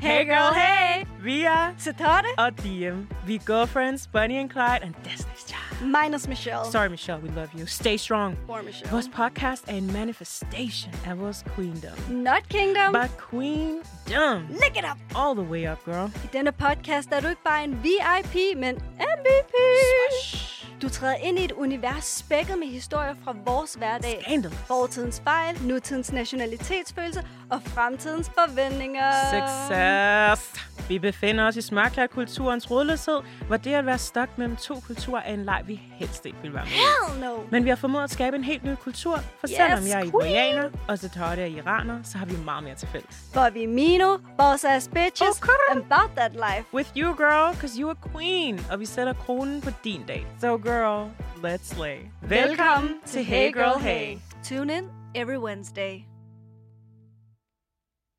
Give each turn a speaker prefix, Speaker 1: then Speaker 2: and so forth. Speaker 1: Hey girl, hey! Oh. Vi er
Speaker 2: Sitarte.
Speaker 1: og DM. Vi er girlfriends, Bunny and Clyde, and Destiny's Child.
Speaker 2: Minus Michelle.
Speaker 1: Sorry, Michelle, we love you. Stay strong.
Speaker 2: Poor Michelle.
Speaker 1: Vores podcast er en manifestation af vores queendom.
Speaker 2: Not Kingdom.
Speaker 1: But queendom.
Speaker 2: Lick it up.
Speaker 1: All the way up, girl.
Speaker 2: I denne podcast er du ikke bare en VIP, men MVP.
Speaker 1: Swish.
Speaker 2: Du træder ind i et univers spækket med historier fra vores hverdag.
Speaker 1: Scandalous.
Speaker 2: Fortidens fejl, nutidens nationalitetsfølelse og fremtidens forventninger.
Speaker 1: Success. Vi befinder os i smartklædkulturens rådløshed, hvor det at være stok mellem to kulturer er en leg, vi helst ikke vil være med. i.
Speaker 2: Hell no.
Speaker 1: Men vi har formået at skabe en helt ny kultur, for
Speaker 2: Yes,
Speaker 1: selvom jeg er
Speaker 2: queen.
Speaker 1: iraner, og Zatarte er iraner, så har vi meget mere til fælles.
Speaker 2: Hvor vi mino, boss ass bitches,
Speaker 1: Okay.
Speaker 2: about that life.
Speaker 1: With you, girl, cause you a queen, og vi sætter kronen på din dag. So, girl, let's slay.
Speaker 2: Tune in every Wednesday.